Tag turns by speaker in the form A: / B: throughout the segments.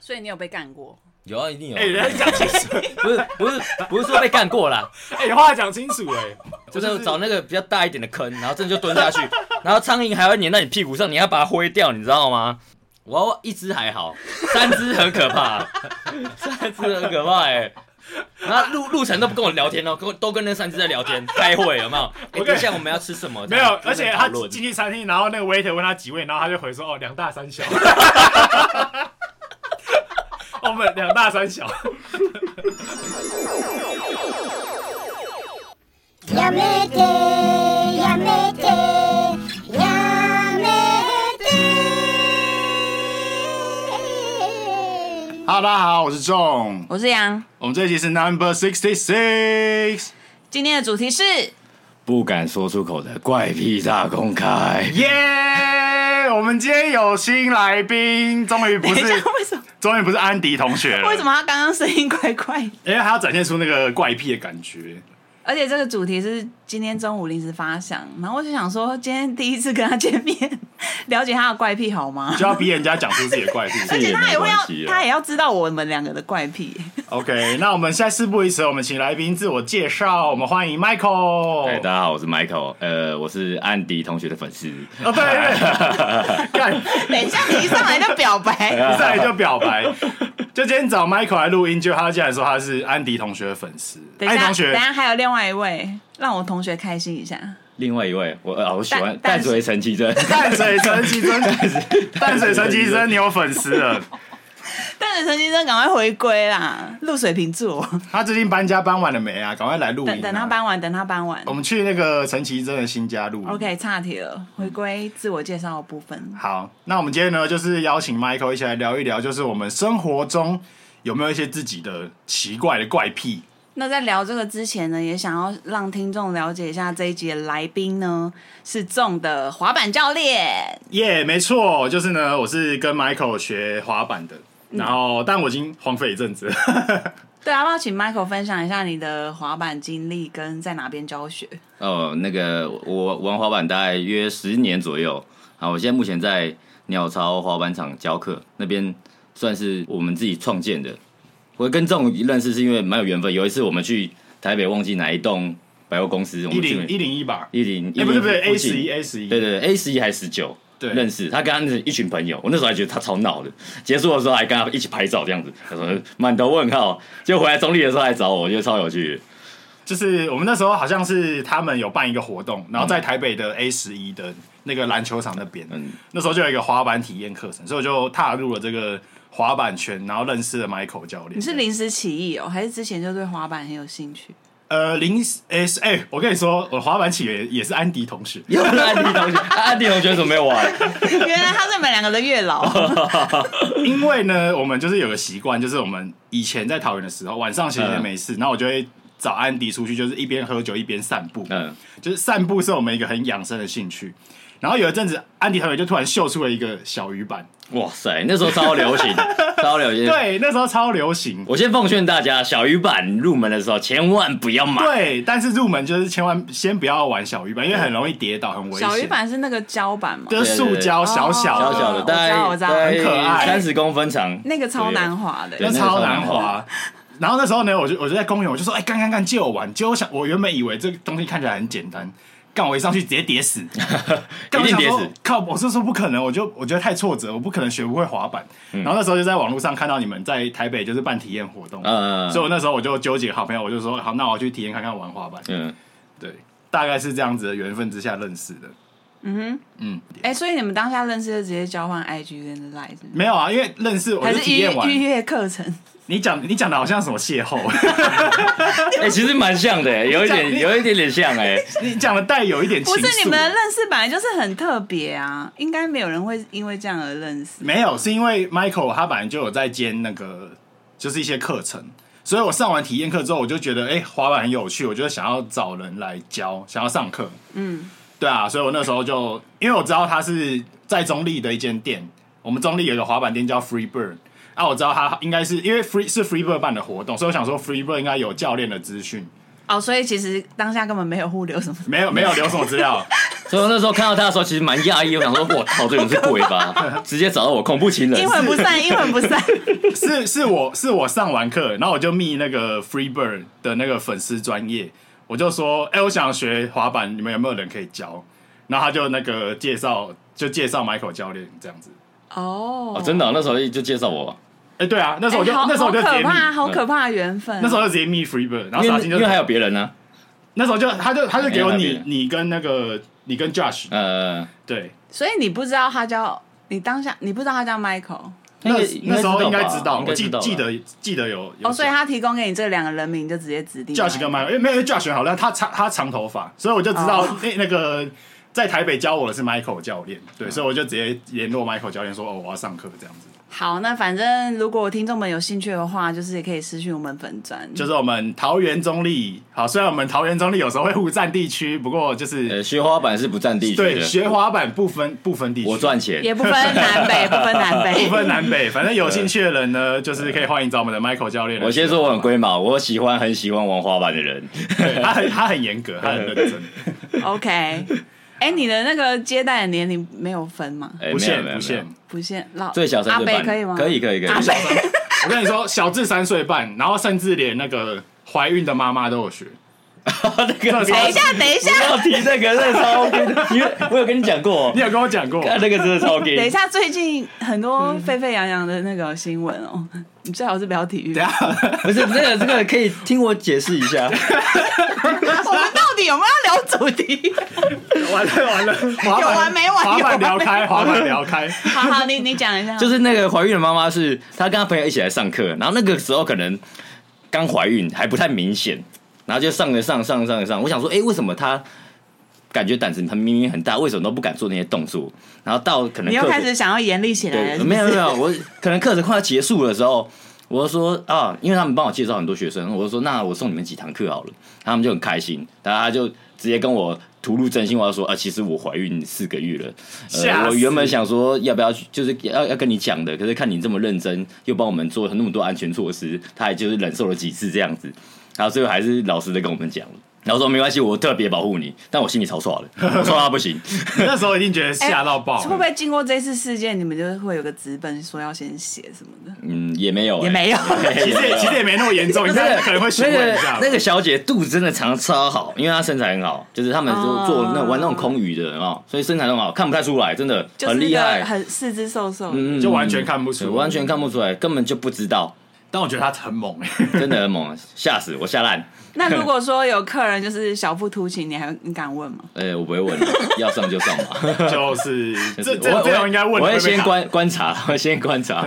A: 所以你有被干过？
B: 有啊，一定有啊。
C: 哎、人家讲清楚，
B: 不是不是不是说被干 过啦，
C: 哎、话讲清 楚、哎，
B: 就是找那个比较大一点的坑，然后真的就蹲 下去，然后苍蝇还会粘到你屁股上，你要把它挥掉，你知道吗？我一只还好，三只很 可怕，三只很可怕哎、然后路路程都不跟我聊天哦，跟我都跟那三只在聊天开会有没有？哎、
C: 我跟
B: 等一下我们要吃什么？
C: 没有，
B: 这
C: 而
B: 样在
C: 且
B: 讨
C: 他
B: 论
C: 进去餐厅，然后那个 waiter 问他几位，然后他就回说哦两大 三小，
D: 哦
C: 我们两大三小，
E: やめてやめてやめて
D: Hello，大家好，我是仲。
A: 我是杨，
D: 我们这一集是 Number Sixty Six，
A: 今天的主题是
D: 不敢说出口的怪癖大 公开。耶、我们今天有新来宾，终于不
A: 等一
D: 是嗯
A: 下，，为什么？
D: 终于不是安迪同学了。
A: 为什？么他刚刚声音怪怪？
D: 因为他要展现出那个怪癖的感觉。
A: 而且这个主题是今天中午临时发想，然后我就想说，今天第一次跟他见面，了解他的怪癖好吗？
D: 就要逼人家讲出自己的怪癖。
A: 而且他也会要
F: 这也没关系，啊
A: 他也要知道我们两个的怪癖。
D: OK，那我们现在事不宜迟，我们请来宾自我介绍。我们欢迎 Michael。
F: 哎嗨，大家好，我是 Michael，呃，我是安迪同学的粉丝。
D: 哦，对对对，干，
A: 等一下，你一上来就表白，
D: 一上来就表白。就今天找 Michael 来录音，就他竟然说他是安迪同学的粉丝。
A: 等一
D: 安迪
A: 下，
D: 同
A: 等一
D: 学，
A: 下还有另外一位，让我同学开心一下。
F: 另外一位，我啊，我喜欢
A: 淡
F: 淡水陈绮贞，
D: 淡水神奇真，淡水神奇真，你有粉丝了。
A: 但是陈先生赶快回归啦，录水瓶座，
D: 他最近搬家搬完了没啊？赶快来录音、
A: 等等他。搬完，等他搬完
D: 我。们去那个陈奇真的新家录音。
A: OK，岔题了，回归自我介绍的部分。
D: 好，那我们今天呢，就是邀请 Michael 一起来聊一聊，就是我们生活中有没有一些自己的奇怪的怪癖？
A: 那在聊这个之前呢，也想要让听众了解一下这一集的来宾呢是重的滑板教练，
D: 耶、没错，就是呢，我是跟 Michael 学滑板的，
A: 嗯
D: 然后、但我已经荒废一阵子了。
A: 对啊，要不要请 Michael 分享一下你的滑板经历跟在哪边教
D: 嗯
A: 学？
F: 哦，那个我玩滑板大概约十年左右，啊，我现在目前在鸟巢滑板场教课，那边算是我们自己创建的。我跟这种认识是因为蛮有缘分，有一次我们去台北，忘记哪一栋百货公 司，我
D: 一
F: 们
D: 零
F: 去
D: 一零一吧，
F: 一零
D: 哎、不是不是
F: 附
D: A
F: 近
D: 十一 A 十一，
F: 对对，A 十一还是十九，
D: 对
F: 认识他跟他那一群朋友，我那时候还觉得他超闹的，结束的时候还跟他一起拍照这样子，他说 满头问号，就回来中立的时候来找我，我觉得超 有趣的。
D: 就是我们那时候好像是他们有办一个活动，然后在台北的 A 十一的那个篮球场那边，
F: 嗯
D: 那时候就有一个滑板体验课程，所以我就踏入了这个滑板圈，然后认识了 Michael 教练。
A: 你是临时起意哦，还是之前就对滑板很有兴 趣？
D: 呃零哎是哎，我跟你说，我滑板起源也是安迪同学。
F: 又是安迪同学，啊安迪同学怎么没有玩？
A: 原来他是你们两个的月老。哦
D: 因为呢，我们就是有个习惯，就是我们以前在桃园的时候，晚上闲着没
F: 嗯
D: 事，然后我就会找安迪出去，就是一边喝酒一边散步。
F: 嗯，
D: 就是散步是我们一个很养生的兴趣。然后有一阵子，安迪同学就突然秀出了一个小鱼板，
F: 哇塞，那时候超 流行，超流行。，
D: 对，那时候超流行。
F: 我先奉劝大家，小鱼板入门的时候千万不要买。
D: 对，但是入门就是千万先不要玩小鱼板，因为很容易跌倒，很危险。
A: 小鱼板是那个胶板嘛，
D: 就是塑胶小小
F: 小
D: 的，
F: 小的，
A: 哦
F: 大
A: 我
F: 概
A: 知道
F: 大
A: 我知道
F: 概
D: 很可爱
F: 三十公分长，
A: 那个超难滑的。
F: 对
D: 那超难
F: 那个超难
D: 滑。然后那时候呢，我就我就在公园，我就说：“哎、干干干，借我玩！”结果我想，我原本以为这个东西看起来很简单，干我一上去直接跌 死，干
F: 一定跌死
D: 我想说靠！我是说不可能，我就我觉得太挫折，我不可能学不会滑板。
F: 嗯
D: 然后那时候就在网络上看到你们在台北就是办体验活动，
F: 嗯嗯嗯
D: 所以我那时候我就纠结好朋友，我就说：“好，那我去体验看看玩滑板。
F: 嗯，
D: 对，大概是这样子的缘分之下认识的。
A: 哎、所以你们当下认识就直接交换 IG 跟 Line，是吗
D: 没有啊，因为认识我
A: 还
D: 就是体
A: 预约
D: 验完。
A: 预约课程？
D: 你讲你讲的好像什么邂逅，
F: 哎，其实蛮像的，有一
D: 你
F: 点有一点点像哎。
D: 你讲的带有一点情
A: 不
D: 愫。啊
A: 是你们的认识本来就是很特别啊，应该没有人会因为这样而认识。
D: 没有，是因为 Michael 他本来就有在兼那个，就是一些课程，所以我上完体验课之后，我就觉得哎、诶滑板很有趣，我就想要找人来教，想要上课。嗯，对啊，所以我那时候就因为我知道他是在中立的一间店，我们中立有一个滑板店叫 Free Bird。啊，我知道他应该是因为 Free 是 Free Bird 办的活动，所以我想说 Free Bird 应该有教练的资讯，
A: 哦，所以其实当下根本没有互留什么。
D: 没有没有留什么资料，
F: 所以我那时候看到他的时候，其实蛮讶异，我想说，我靠，这个人是鬼 吧？直接找到我恐怖情人
A: 阴，魂不散，阴魂不散。
D: 是是我是我上完课，然后我就密那个 Freebird 的那个粉丝专业，我就说，哎、我想学滑板，你们有没有人可以教？然后他就那个介绍，就介绍 Michael 教练这样子。
A: 哦
F: 哦，真的哦、那时候就介绍我，
D: 哎、对啊，那时候我就、
A: 哎好
D: 那时候我就直
A: 好
D: 接
A: 可
D: 密，
A: 怕，好可怕的缘分。
D: 那时候就直接密 Freebird，然后
F: 因
D: 傻
F: 为
D: 金
F: 因
D: 就
F: 为还有别人呢、
D: 那时候就他就他就给我
F: 没有
D: 你
F: 没有
D: 你跟那个你跟 Josh
F: 呃，
D: 对，
A: 所以你不知道他叫你当下你不知道他叫 Michael
D: 那
F: 应该
D: 那时候应该知道，
F: 应
D: 我
F: 该
D: 记
F: 知道吧
D: 记得记得有有
A: 哦，所以
D: 讲
A: 他提供给你这两个人名就直接指定
D: Josh 跟 Michael，因为没有因为 Josh 好像他长他长头发，所以我就知道
A: 哦
D: 那那个在台北教我的是 Michael 教练，
F: 嗯
D: 对，所以我就直接联络 Michael 教练说哦我要上课这样子，
A: 好，那反正如果听众们有兴趣的话，就是也可以私讯我们粉专，
D: 就是是我们桃园中立，好，虽然我们桃园中立有时候会互占地区，不过就是
F: 呃，学滑板是不占地区
D: 对
F: 的，
D: 学滑板不分不分地区，
F: 我赚钱，
A: 也不分南北，不分南
D: 不
A: 北。
D: 分南北，反正有兴趣的人呢，就是可以欢迎找我们的 Michael 教练来学。
F: 呃我先说我很龟毛，我喜欢很喜欢玩滑板的人，
D: 对他很他很严格，他很认真，
A: OK，哎、你的那个接待的年龄没有分吗？
F: 哎
D: 不
F: 没
D: 限
F: 有没有
D: 不
F: 没有
D: 限。
A: 不限老
F: 最小三
A: 阿
F: 岁
A: 北
F: 半
A: 可以吗？
F: 可以可以可以，
D: 我跟你说，小至三岁半，然后甚至连那个怀孕的妈妈都有学。
F: 那个
A: 等一下， 等一下，
F: 不要提那个，那个超因为我有跟你讲 过，
D: 你有跟我讲 过，
F: 看那个真的超 gay。
A: 等一，下，最近很多沸沸扬扬的那个新闻哦， 你最好是不要体育。
D: 等一
F: 啊
D: 下
F: 不是这个这个可以听我解释一 下，
A: 我们到底有没有要聊主题？
D: 完了完了， 滑板
A: 有完没完
D: 滑板
A: 有完啊
D: 聊 开，滑板聊开，
A: 好好，你你讲一下，
F: 就是那个怀孕的妈妈是她跟她朋友一起来上课，然后那个时候可能刚怀孕还不太明显，然后就上了上上上上，我想说，哎、为什么她感觉胆子很明明很大，为什么都不敢做那些动作？然后到可能
A: 你又
F: 课
A: 开始想要严厉起来了
F: 对，
A: 是不是
F: 没有没有，我可能课程快要结束的时候，我就说啊，因为他们帮我介绍很多学生，我就说那我送你们几堂课好了，他们就很开心，大家就直接跟我吐露真心话说啊，其实我怀孕四个月了，
D: 吓
F: 呃，
D: 死
F: 我原本想说要不要去就是要要跟你讲的，可是看你这么认真，又帮我们做那么多安全措施，他也就是忍受了几次这样子，然后最后还是老实的跟我们讲了。然后说没关系，我特别保护你，但我心里超错了， 我说他不行，
D: 那时候一定觉得吓到爆
A: 哎会不会经过这次事件，你们就会有个资本说要先写什么的？
F: 嗯， 也没有、
A: 也 没有，
D: 其实
A: 哎
D: 也其实也没那么严重，你
F: 那
D: 看
F: 个
D: 可能会询问一下
F: 啊那。个那个小姐肚子真的长超好，因为她身材很好，就是他们
A: 哦
F: 就做那玩那种空余的啊，所以身材很好，看不太出来，真的
A: 就是
F: 很
A: 那
F: 厉
A: 个
F: 害，
A: 很四肢瘦瘦的。
F: 嗯
D: 就完全看不出
F: 对完全看不出来，根本就不知道，
D: 但我觉得他很猛 哎，
F: 真的很猛，吓死我吓烂。
A: 那如果说有客人就是小腹凸起，你还你敢问 吗？
F: 呃，我不会问，要上就 上吧。
D: 就是这
F: 我
D: 这
F: 我
D: 这种应该问
F: 我
D: 会
F: 会
D: 被
F: 先
D: 打
F: 观观察，我会先观察。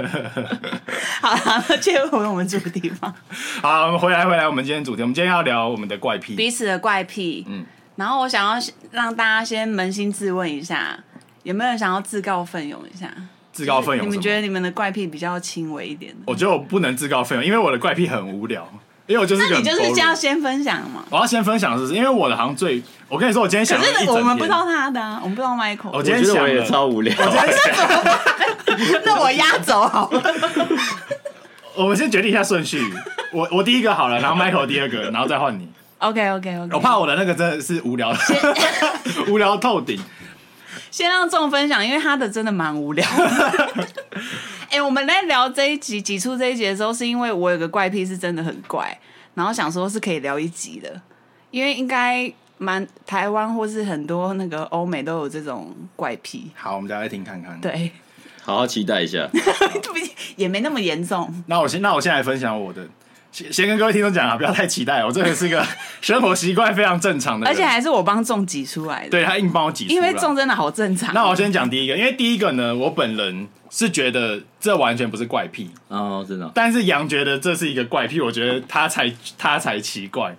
A: 好啦，那接回我们主题吧。
D: 好，我们回来回来，我们今天主题，我们今天要聊我们的怪癖。
A: 彼此的怪癖。嗯，然后我想要让大家先扪心自问一下，有没有人想要自告奋勇一下？
D: 自告奋勇
A: 你
D: 什
A: 们
D: 么哦
A: 觉得你们的怪癖比较轻微一点的？
D: 我觉得我不能自告奋勇，因为我的怪癖很无聊，因为我就是一
A: 那
D: 个很
A: 你就是这
D: boring
A: 样先分享嘛？
D: 我要先分享的是，因为我的好像最，我跟你说，我今天想
A: 可
D: 了一整
A: 是
D: 天哦
A: 我们不知道他的、啊，我们不知道 Michael。
D: 我
F: 我
D: 今天
F: 觉得
D: 想
F: 我也
D: 了，
F: 超无聊，
A: 那我压轴好了。
D: 我们先决定一下顺 序。我我第一个好了，然后 Michael 第二个，然后再换你。
A: OK OK OK，
D: 我怕我的那个真的是无聊， 无聊透顶。
A: 先让众分享，因为他的真的蛮无聊的。 哎、我们在聊这一集挤出这一集的时候，是因为我有个怪癖是真的很怪，然后想说是可以聊一集的，因为应该蛮台湾或是很多那个欧美都有这种怪癖，
D: 好，我们大家听看看。，
A: 对，
F: 好好期待一下。
A: 也没那么严重。
D: 那我先那我先来分享我的，先先跟各位听众讲啊，不要太期待，我这个是 个生活习惯非常正常的人，
A: 而且还是我帮众挤出来的，
D: 对他硬帮我挤出来。
A: 因为众真的好正常。
D: 那我先讲第一个，因为第一个呢，我本人是觉得这完全不是怪癖，
F: 哦，真的哦，
D: 但是杨觉得这是一个怪癖，我觉得他才他才奇怪，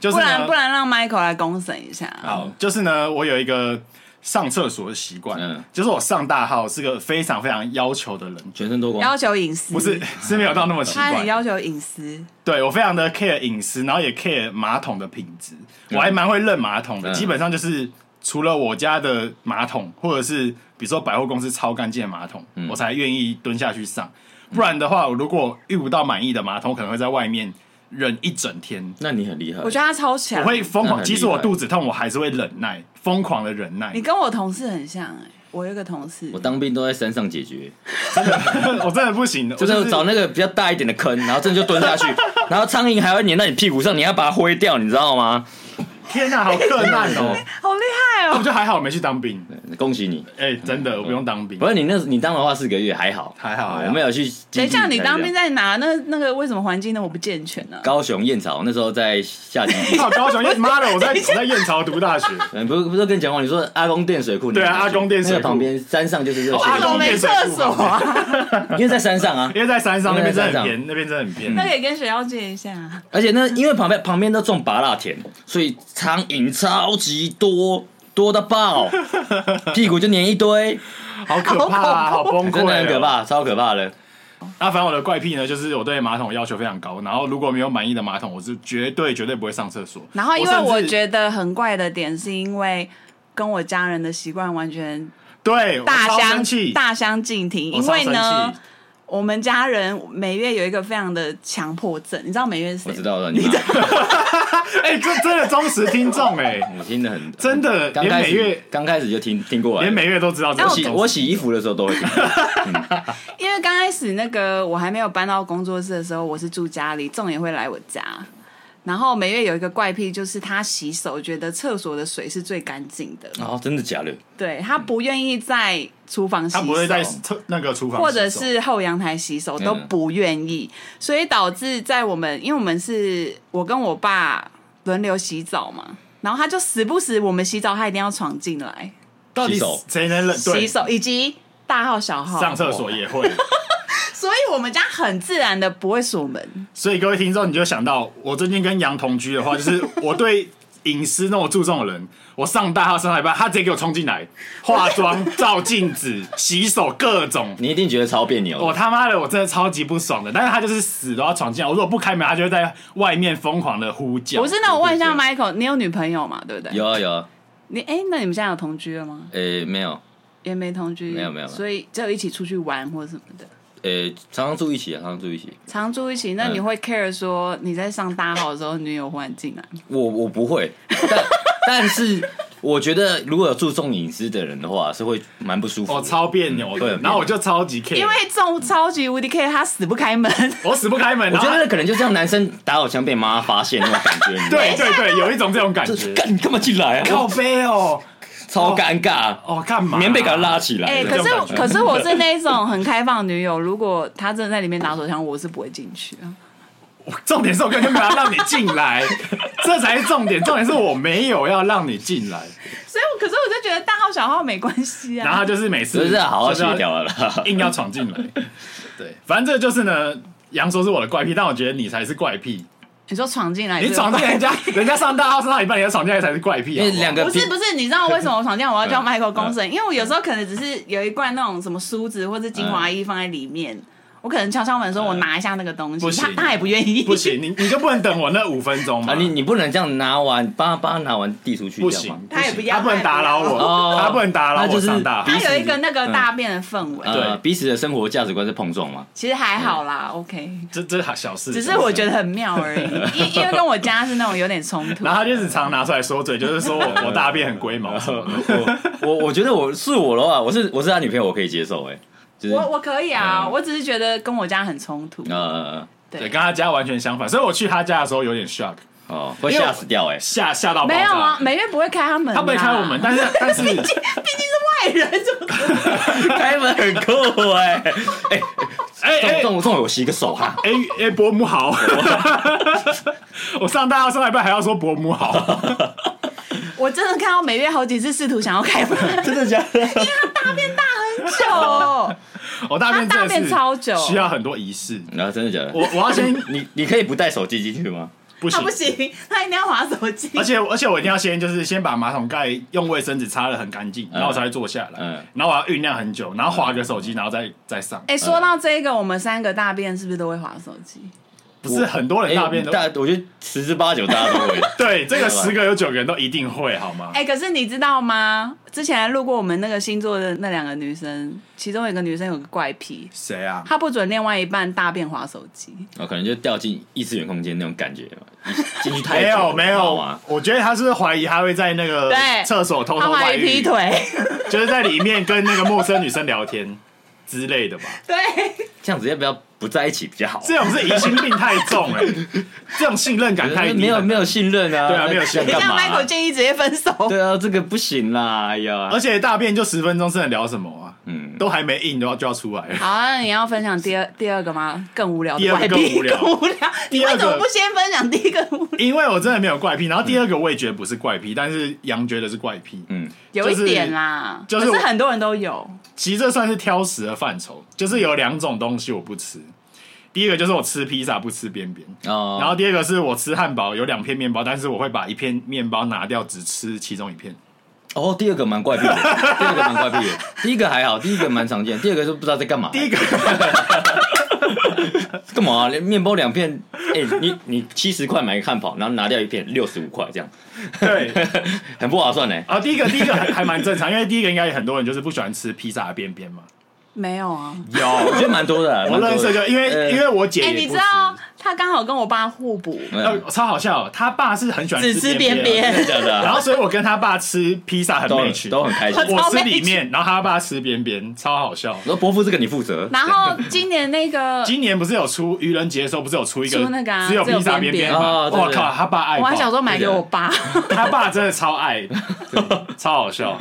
D: 就是
A: 不
D: 呢
A: 然不然让 Michael 来公审一下。
D: 好，嗯就是呢，我有一个上厕所的习惯，
F: 嗯
D: 就是我上大号是个非常非常要求的人，
F: 全身脱光
A: 要，求隐私，
D: 不是
F: 嗯
D: 是没有到那么奇
A: 他很
D: 怪，
A: 要求隐私。
D: 对我非常的 care 隐私，然后也 care 马桶的品质，我还蛮会认马桶的，
F: 嗯
D: 基本上就是。除了我家的马桶，或者是比如说百货公司超干净的马桶，
F: 嗯
D: 我才愿意蹲下去上。不然的话，我如果遇不到满意的马桶，我可能会在外面忍一整天，
F: 那你很厉害。
A: 我觉得他超强。
D: 我会疯
F: 嗯那很
D: 狂。
F: 厉害
D: 即使我肚子痛，我还是会忍耐，疯狂的忍耐
A: 你。跟我同事很像哎、我有一个同事，
F: 我当兵都在山上解决，
D: 我真的不行，
B: 就
D: 我
B: 是找
D: 那
B: 那个比较大一点的坑，然后真的就蹲下去，然后苍蝇还会粘到你屁股上，你要把它挥掉，你知道吗？
D: 天哪，好困难 哦。
A: 好厉害
D: 那
A: 哦、
D: 我就还好没去当兵，
F: 恭喜你。
D: 哎，真的我不用当兵
F: 不。是你那你当的话四个月还好，
D: 还好还好
F: 我们有去。
A: 等一下，你当兵在哪？那那个为什么环境那么不健全呢、
F: 高雄燕巢，那时候在下 基地。
D: 靠高雄，妈的，我在我在燕巢读大学，
F: 嗯，不是不是跟你讲过，你说阿公电水库，你
D: 对啊
F: 有没有去
D: 阿公电水库
F: 那个旁边山上就是这个
D: 哦
A: 为
D: 阿
A: 什么
D: 公
A: 没
F: 水
D: 变水
A: 厕
D: 库
A: 所啊？
F: 库，因为在山 上啊，
D: 因为在山上那边真的很偏，
F: 因
D: 那边真的很
A: 那
D: 偏。
A: 可以跟学校借一下。啊
F: 而且那因为旁边旁边都种拔蜡田，所以苍蝇超级多，多到 爆，屁股就粘一堆，
D: 好可怕啊，好崩溃
F: 真
D: 哦，
F: 的很可怕，超可怕的。
D: 那反正我的怪癖呢，就是我对马桶要求非常高，然后如果没有满意的马桶，我是绝对绝对不会上厕所。
A: 然后，因为我
D: 甚至
A: 觉得很怪的点，是因为跟我家人的习惯完全
D: 对我
A: 大
D: 超
A: 相
D: 生气，
A: 大相径庭，
D: 我
A: 因
D: 超
A: 为
D: 生
A: 呢
D: 气。，
A: 我们家人每月有一个非常的强迫症，你知道每月是谁
F: 我
A: 吗？
F: 知道了，你妈
D: 哎，这真的忠实听众哎，
F: 我听得很
D: 真的
F: 刚
D: 连
F: 开
D: 每
F: 始
D: 月
F: 刚开始就听听过来了，
D: 连每月都知道这个
F: 我
D: 忠
F: 洗
D: 实。
F: 我洗衣服的时候 都会听，
A: 因为刚开始那个我还没有搬到工作室的时候，我是住家里，仲也会来我家。然后每月有一个怪癖，就是他洗手觉得厕所的水是最干净的，
D: 嗯
F: 哦，真的假的？
A: 对他不愿意在厨房洗手，
D: 他不会在厕那个厨房洗手，
A: 或者是后阳台洗手都不愿意，所以导致在我们，因为我们是我跟我爸轮流洗澡嘛，然后他就时不时我们洗澡，他一定要闯进来
D: 到底
F: 洗手
D: 谁能忍？对
A: 洗手，以及大号小号
D: 上厕所也会。
A: 所以我们家很自然的不会锁门，
D: 所以各位听众，你就想到我最近跟杨同居的话，就是我对隐私那么注重的人，我上大号上到一半，他直接给我冲进来，化妆、照镜子、洗手，各 种。
F: 你一定觉得超别扭的。
D: 我哦他妈的，我真的超级不爽的，但是他就是死都要闯进来。我如果不开门，他就会在外面疯狂的呼叫。
A: 不是？那我问一下 Michael，你有女朋友嘛？对不对？
F: 有啊有啊，
A: 你哎、那你们现在有同居了吗？
F: 诶，没有，
A: 也没同居，
F: 没有没有
A: 所以只有一起出去玩或什么的，
F: 诶，常常住一起啊，常常住一起。
A: 常住一起。那你
F: 嗯
A: 会 care 说你在上大号的时候，女友忽然进来吗？
F: 我我不会，但但是我觉得如果有注重隐私的人的话，是会蛮不舒服的。
D: 我哦超别扭
F: 对
D: 的，然后我就超级 care，
A: 因为这种超级无敌 K 他死不开门，
D: 我死不开门。
F: 我觉得
D: 然
F: 那
D: 后
F: 可能就像男生打火枪被妈发现那种感觉，你知道吗
D: 对对对，有一种这种感
F: 就是
D: 觉。
F: 干你干嘛进来啊？
D: 靠背哦，
F: 超尴尬，
D: 哦干嘛？
F: 棉被给他拉起来。
A: 哎、
D: 对
A: 可
D: 这种
A: 是
D: 感觉
A: 可是我是那种很开放的女友，如果她真的在里面打手枪，我是不会进去啊。
D: 重点是我根本没有要让你进 来，这才是重点。重点是我没有要让你进来，
A: 所以我，可是我就觉得大号小号没关系
D: 然后
A: 啊
D: 他。就是每次
F: 就是要好好
D: 就
F: 协
D: 是要
F: 调 了啦。
D: 硬要闯进来。对，反正这就是呢，杨说是我的怪癖，但我觉得你才是怪癖。
A: 你说闯进来，
F: 哎
D: 你闯进人家，人家上大号上到一半，你要闯进来才是怪癖。
F: 因为
D: 好不好
F: 两个
A: 不是
F: 屁
A: 不是，你知道为什么我闯进来我要 叫 Michael
D: 呃
A: 公审？因为我有时候可能只是有一罐那种什么梳子或者精华液放在里面，我可能敲敲门说我拿一下那个东
D: 呃不
A: 西，
D: 行
A: 他他也不愿意。
D: 不行，你你就不能等我那五分钟吗？
F: 啊，你你不能这样拿完，帮他帮他拿完递出去，
D: 不
F: 这样吗
D: 行，
A: 他也不
D: 行
A: 要
D: 他不能打扰
F: 哦
D: 我，他不能打扰
F: 那就
D: 我
F: 是
D: 上大号
A: 他。有一个那
D: 嗯
A: 个大便的氛围，
F: 呃，
D: 对
F: 彼此的生活价值观是碰撞嘛？
A: 其实还好啦，OK。
D: 嗯这这小事，
A: 只是我觉得很妙而 已，因因为跟我家是那种有点冲突。
D: 然后他就是常拿出来说嘴，就是说我 我大便很龟毛什么的。
F: 我我我觉得我是我的话，我是我是他女朋友，我可以接受、哎，就是
A: 我我可以啊，
D: 嗯
A: 我只是觉得跟我家很冲突。
F: 呃
D: 对，
A: 对，
D: 跟他家完全相反，所以我去他家的时候有点 shock，
F: 哦，会
D: 因为
F: 吓死掉、哎，
D: 吓吓到爆炸。
A: 没有啊，每月不会开他们，
D: 他不会 开我们，，但是但是
A: 坏人就
F: 开门很酷、哎，哎，
D: 哎
F: 中
D: 哎
F: 中中我洗个手哈，
D: 哎哎，伯母好，我上大号上到一半还要说伯母好，
A: 我真的看到每月好几次试图想要开门， 哦
F: 真的假的？
A: 很久。
D: 我大便
A: 他大
D: 真
A: 便
D: 的是
A: 超久
D: 需要很多仪式。
F: 然后啊真的假的？
D: 我我 要先
F: 你你可以不带手机进去吗？
D: 不
A: 他
D: 行
A: 啊不，行，他一定要划手机。
D: 而且而且我一定要先就是先把马桶盖用卫生纸擦的很干净，然后我才会坐下来
F: 嗯，
D: 然后我要酝酿很久，然后
A: 哎
D: 划个手机，然后再再上。
A: 哎，说到这个，我们三个大便是不是都会划手机？
D: 不是很多哦人大便都、
F: 哎大，我觉得十之八九大家都会。
D: 对，这个
F: 啊
D: 十个有九个人都一定会，好吗？
A: 哎、可是你知道吗？之前路过我们那个星座的那两个女生，其中有一个女生有个怪癖，
D: 谁啊？
A: 她不准另外一半大便划手机。
F: 哦，可能就掉进异次元空间那种感觉嘛，一进去太
D: 没
F: 久
D: 有
F: 了
D: 没
F: 你知道
D: 有
F: 吗，
D: 我觉得他是不是怀疑他会在那个
A: 对
D: 厕所偷
A: 她
D: 偷
A: 怀疑劈
D: 孕，
A: 腿，
D: 就是在里面跟那个陌生女生聊天之类的吧。
A: 对，
F: 这样子要不要不在一起比较好啊？
D: 这种是疑心病太重 哎、这种信任感太低了，
F: 没有没有信任啊，
D: 对啊
F: 那
D: 没有信任
A: 等
F: 干
A: 一下
F: 嘛啊
A: Michael 建议直接分手。
F: 对啊，这个不行啦，哎呀
D: 而，且大便就十分钟是能聊什么啊？
F: 嗯，
D: 都还没硬，都要就要出来了。
A: 好，那你要分享第二第二个吗？更无聊的
D: 第二
A: 怪
D: 个
A: 癖，
D: 更无聊
A: 更无聊。你
D: 第
A: 为
D: 二个
A: 什么不先分享第一个无聊？
D: 因为我真的没有怪癖，然后第二个我也觉得不是怪癖，但是杨觉得是怪癖。
F: 嗯，
A: 有一
D: 就是
A: 点啦，
D: 就是
A: 可是
D: 我
A: 很多人都有。
D: 其实这算是挑食的范畴，就是有两种东西我不吃。第一个就是我吃披萨不吃边边，
F: 哦，
D: 然后第二个是我吃汉堡有两片面包，但是我会把一片面包拿掉，只吃其中一片。
F: 哦，第二个蛮怪 癖的，第二个蛮怪癖的，第一个还好，第一个蛮常见，第二个就不知道在干嘛。
D: 第一个
F: 干嘛啊、连面包两片，哎、你你七十块买一个汉堡，然后拿掉一片六十五块，这样
D: 对，
F: 很不划算呢。
D: 啊，第一个第一个还还蛮正常，因为第一个应该很多人就是不喜欢吃披萨的边边嘛。
A: 没有啊，
F: 有，我觉得蛮多的啊，
D: 我
F: 蛮多
D: 认识
F: 的
D: 就因为、
F: 呃
D: 因为我姐
A: 哎、
D: 也不
A: 你
D: 吃
A: 知道他刚好跟我爸互 补，
F: 嗯
D: 呃，超好笑哦，他爸是很喜欢
A: 只吃边边，
D: 边
F: 真的假的
D: 然
F: 啊，
D: 后所以我跟他爸吃披萨很
F: 都
D: match，
F: 很都很开心。
D: 我吃里面，然后他爸吃边边，超好笑。
F: 我说伯父这个你负责，
A: 然后今年那个
D: 今年不是有出愚人节的时候，不是有出一个
A: 出那个啊
D: 只有披萨
A: 只有边
D: 边
A: 边
D: 边吗？
F: 哦对对
D: 我
F: 对
D: 靠，他爸爱爆，
A: 我还想说买给我爸，
D: 他爸真的超爱， 超好笑。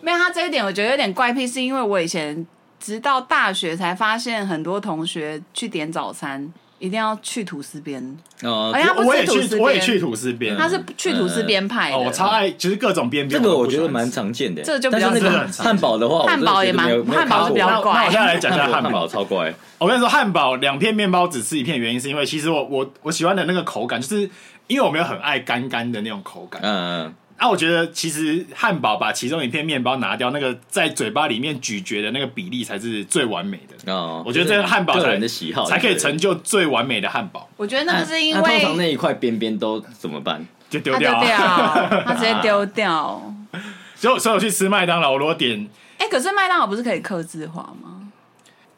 A: 没有他这一点，我觉得有点怪癖，是因为我以前直到大学才发现，很多同学去点早餐一定要去吐司边，
F: 哦
A: 哎，呀，他不
D: 我也
A: 吃吐司
D: 去，
A: 边，
D: 我也去吐司边，
A: 他是去吐司边派的，
D: 哦，我超爱，其实各种边
F: 这
D: 边
F: 个
D: 都
F: 我
D: 不喜
F: 觉
D: 欢
F: 得蛮
D: 吃
F: 常见的。
A: 这就比
F: 但
A: 较
F: 是那
D: 这个
F: 个
D: 很常见
F: 汉堡的话，我真的
A: 汉堡也
F: 觉得没有
A: 蛮
F: 没有
A: 汉堡
F: 看
A: 是
F: 过
A: 比较
D: 那
A: 怪
D: 那我现在来讲一下
F: 汉
D: 汉
F: 堡
D: 堡。
F: 超怪，嗯
D: 我跟你说，汉堡两片面包只吃一片，原因是因为其实我我我喜欢的那个口感，就是因为我没有很爱干干的那种口感。
F: 嗯，嗯
D: 啊，我觉得其实汉堡把其中一片面包拿掉，那个在嘴巴里面咀嚼的那个比例才是最完美的。
F: 哦，
D: 我觉得这个汉堡
F: 个
D: 才
F: 人的喜好
D: 才可以
F: 对
D: 成就最完美的汉堡，
A: 我觉得那个是因
F: 嗯那通
A: 为
F: 常那一块边边都怎么办？
D: 就丢
A: 他丢
D: 掉、
A: 掉
D: 啊。，
A: 他直接丢掉。
D: 所以我所以我去吃麦当劳，我如果点，
A: 哎、可是麦当劳不是可以克制化吗？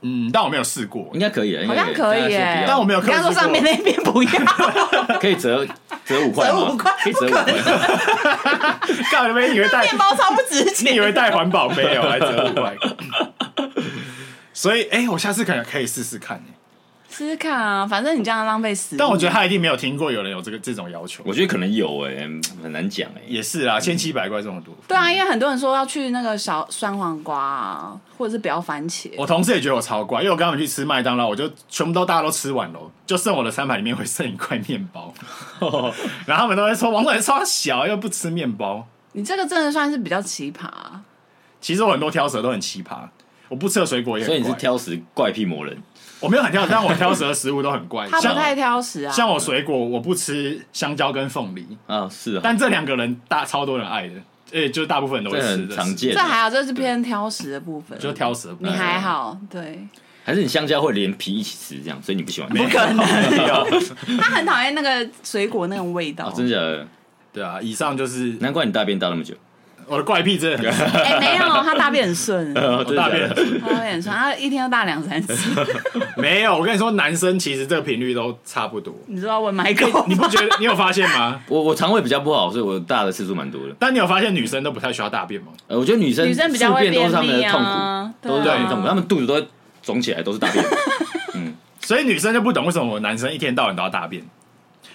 D: 嗯，但我没有试过
F: 应，该可以啊，应
A: 好
F: 该
A: 像可以耶、
F: 耶，
D: 但我没有克制
A: 你刚说上面那边不要，
F: 可以 折折五块吗，
A: 折五块
F: 可以折五块，
D: 干嘛？你以为 带
A: 面包超不值
D: 你以为
A: 钱。
D: 带环保杯 哦，还折五块。所以，哎、我下次可能可以试试看、欸。
A: 试试看啊，反正你这样浪费食物。
D: 但我觉得他一定没有听过有人有这个这种要求。
F: 我觉得可能有哎，很难讲哎。
D: 也是啊，千七百块这么多。
A: 对啊，因为很多人说要去那个小酸黄瓜啊，或者是不要番茄。
D: 我同事也觉得我超怪，因为我跟他们去吃麦当劳，我就全部都大家都吃完了，就剩我的餐盘里面会剩一块面包， 然后他们都会说王总你超小又不吃面包。
A: 你这个真的算是比较奇葩、啊。
D: 其实我很多挑食都很奇葩，我不吃的水果也很
F: 所
D: 怪
F: 以你是，挑食怪癖魔人，
D: 我没有很挑，但我挑食的食物都很怪，
A: 他不
D: 像
A: 太挑食啊，
D: 像我水果我不吃香蕉跟凤梨，
F: 啊，是啊，
D: 但这两个人大超多人爱的，诶，就是大部分人都会
F: 这
D: 吃
F: 很
D: 的，
F: 常，见
A: 这。还好，这是偏挑食的部分。
D: 就挑呃食的部
A: 你
D: 分。
A: 还好，对
F: 还是你香蕉会连皮一起吃这样，所以你不喜欢？
D: 不可能，
A: 他很讨厌那个水果那种味道
F: 啊，。
D: 哦
F: 真假的？
D: 对啊，以上就是
F: 难怪你大便大那 么久。
D: 我的怪癖，真的呃很
A: 哎、没有，他大便很顺， 他
F: 哦，真的
D: 大
F: 假
D: 便
F: 的。
A: 大便很顺，他一天要大两三次。
D: 没有，我跟你说，男生其实这个频率都差不多。
A: 你知道问 Michael
D: 哎你不觉得？你有发现吗？
F: 我我肠胃比较不好，所以我大的次数蛮多的。
D: 但你有发现女生都不太需要大便吗？
F: 呃，我觉得女生
A: 女生比较
F: 宿
A: 会
F: 便都是
A: 便
F: 他们的
A: 秘
F: 痛苦，
A: 啊，
F: 都是他
A: 对
F: 们的痛苦，
A: 啊
F: 他们肚子都会肿起来，都是大便。嗯，
D: 所以女生就不懂为什么我男生一天到晚都要大便。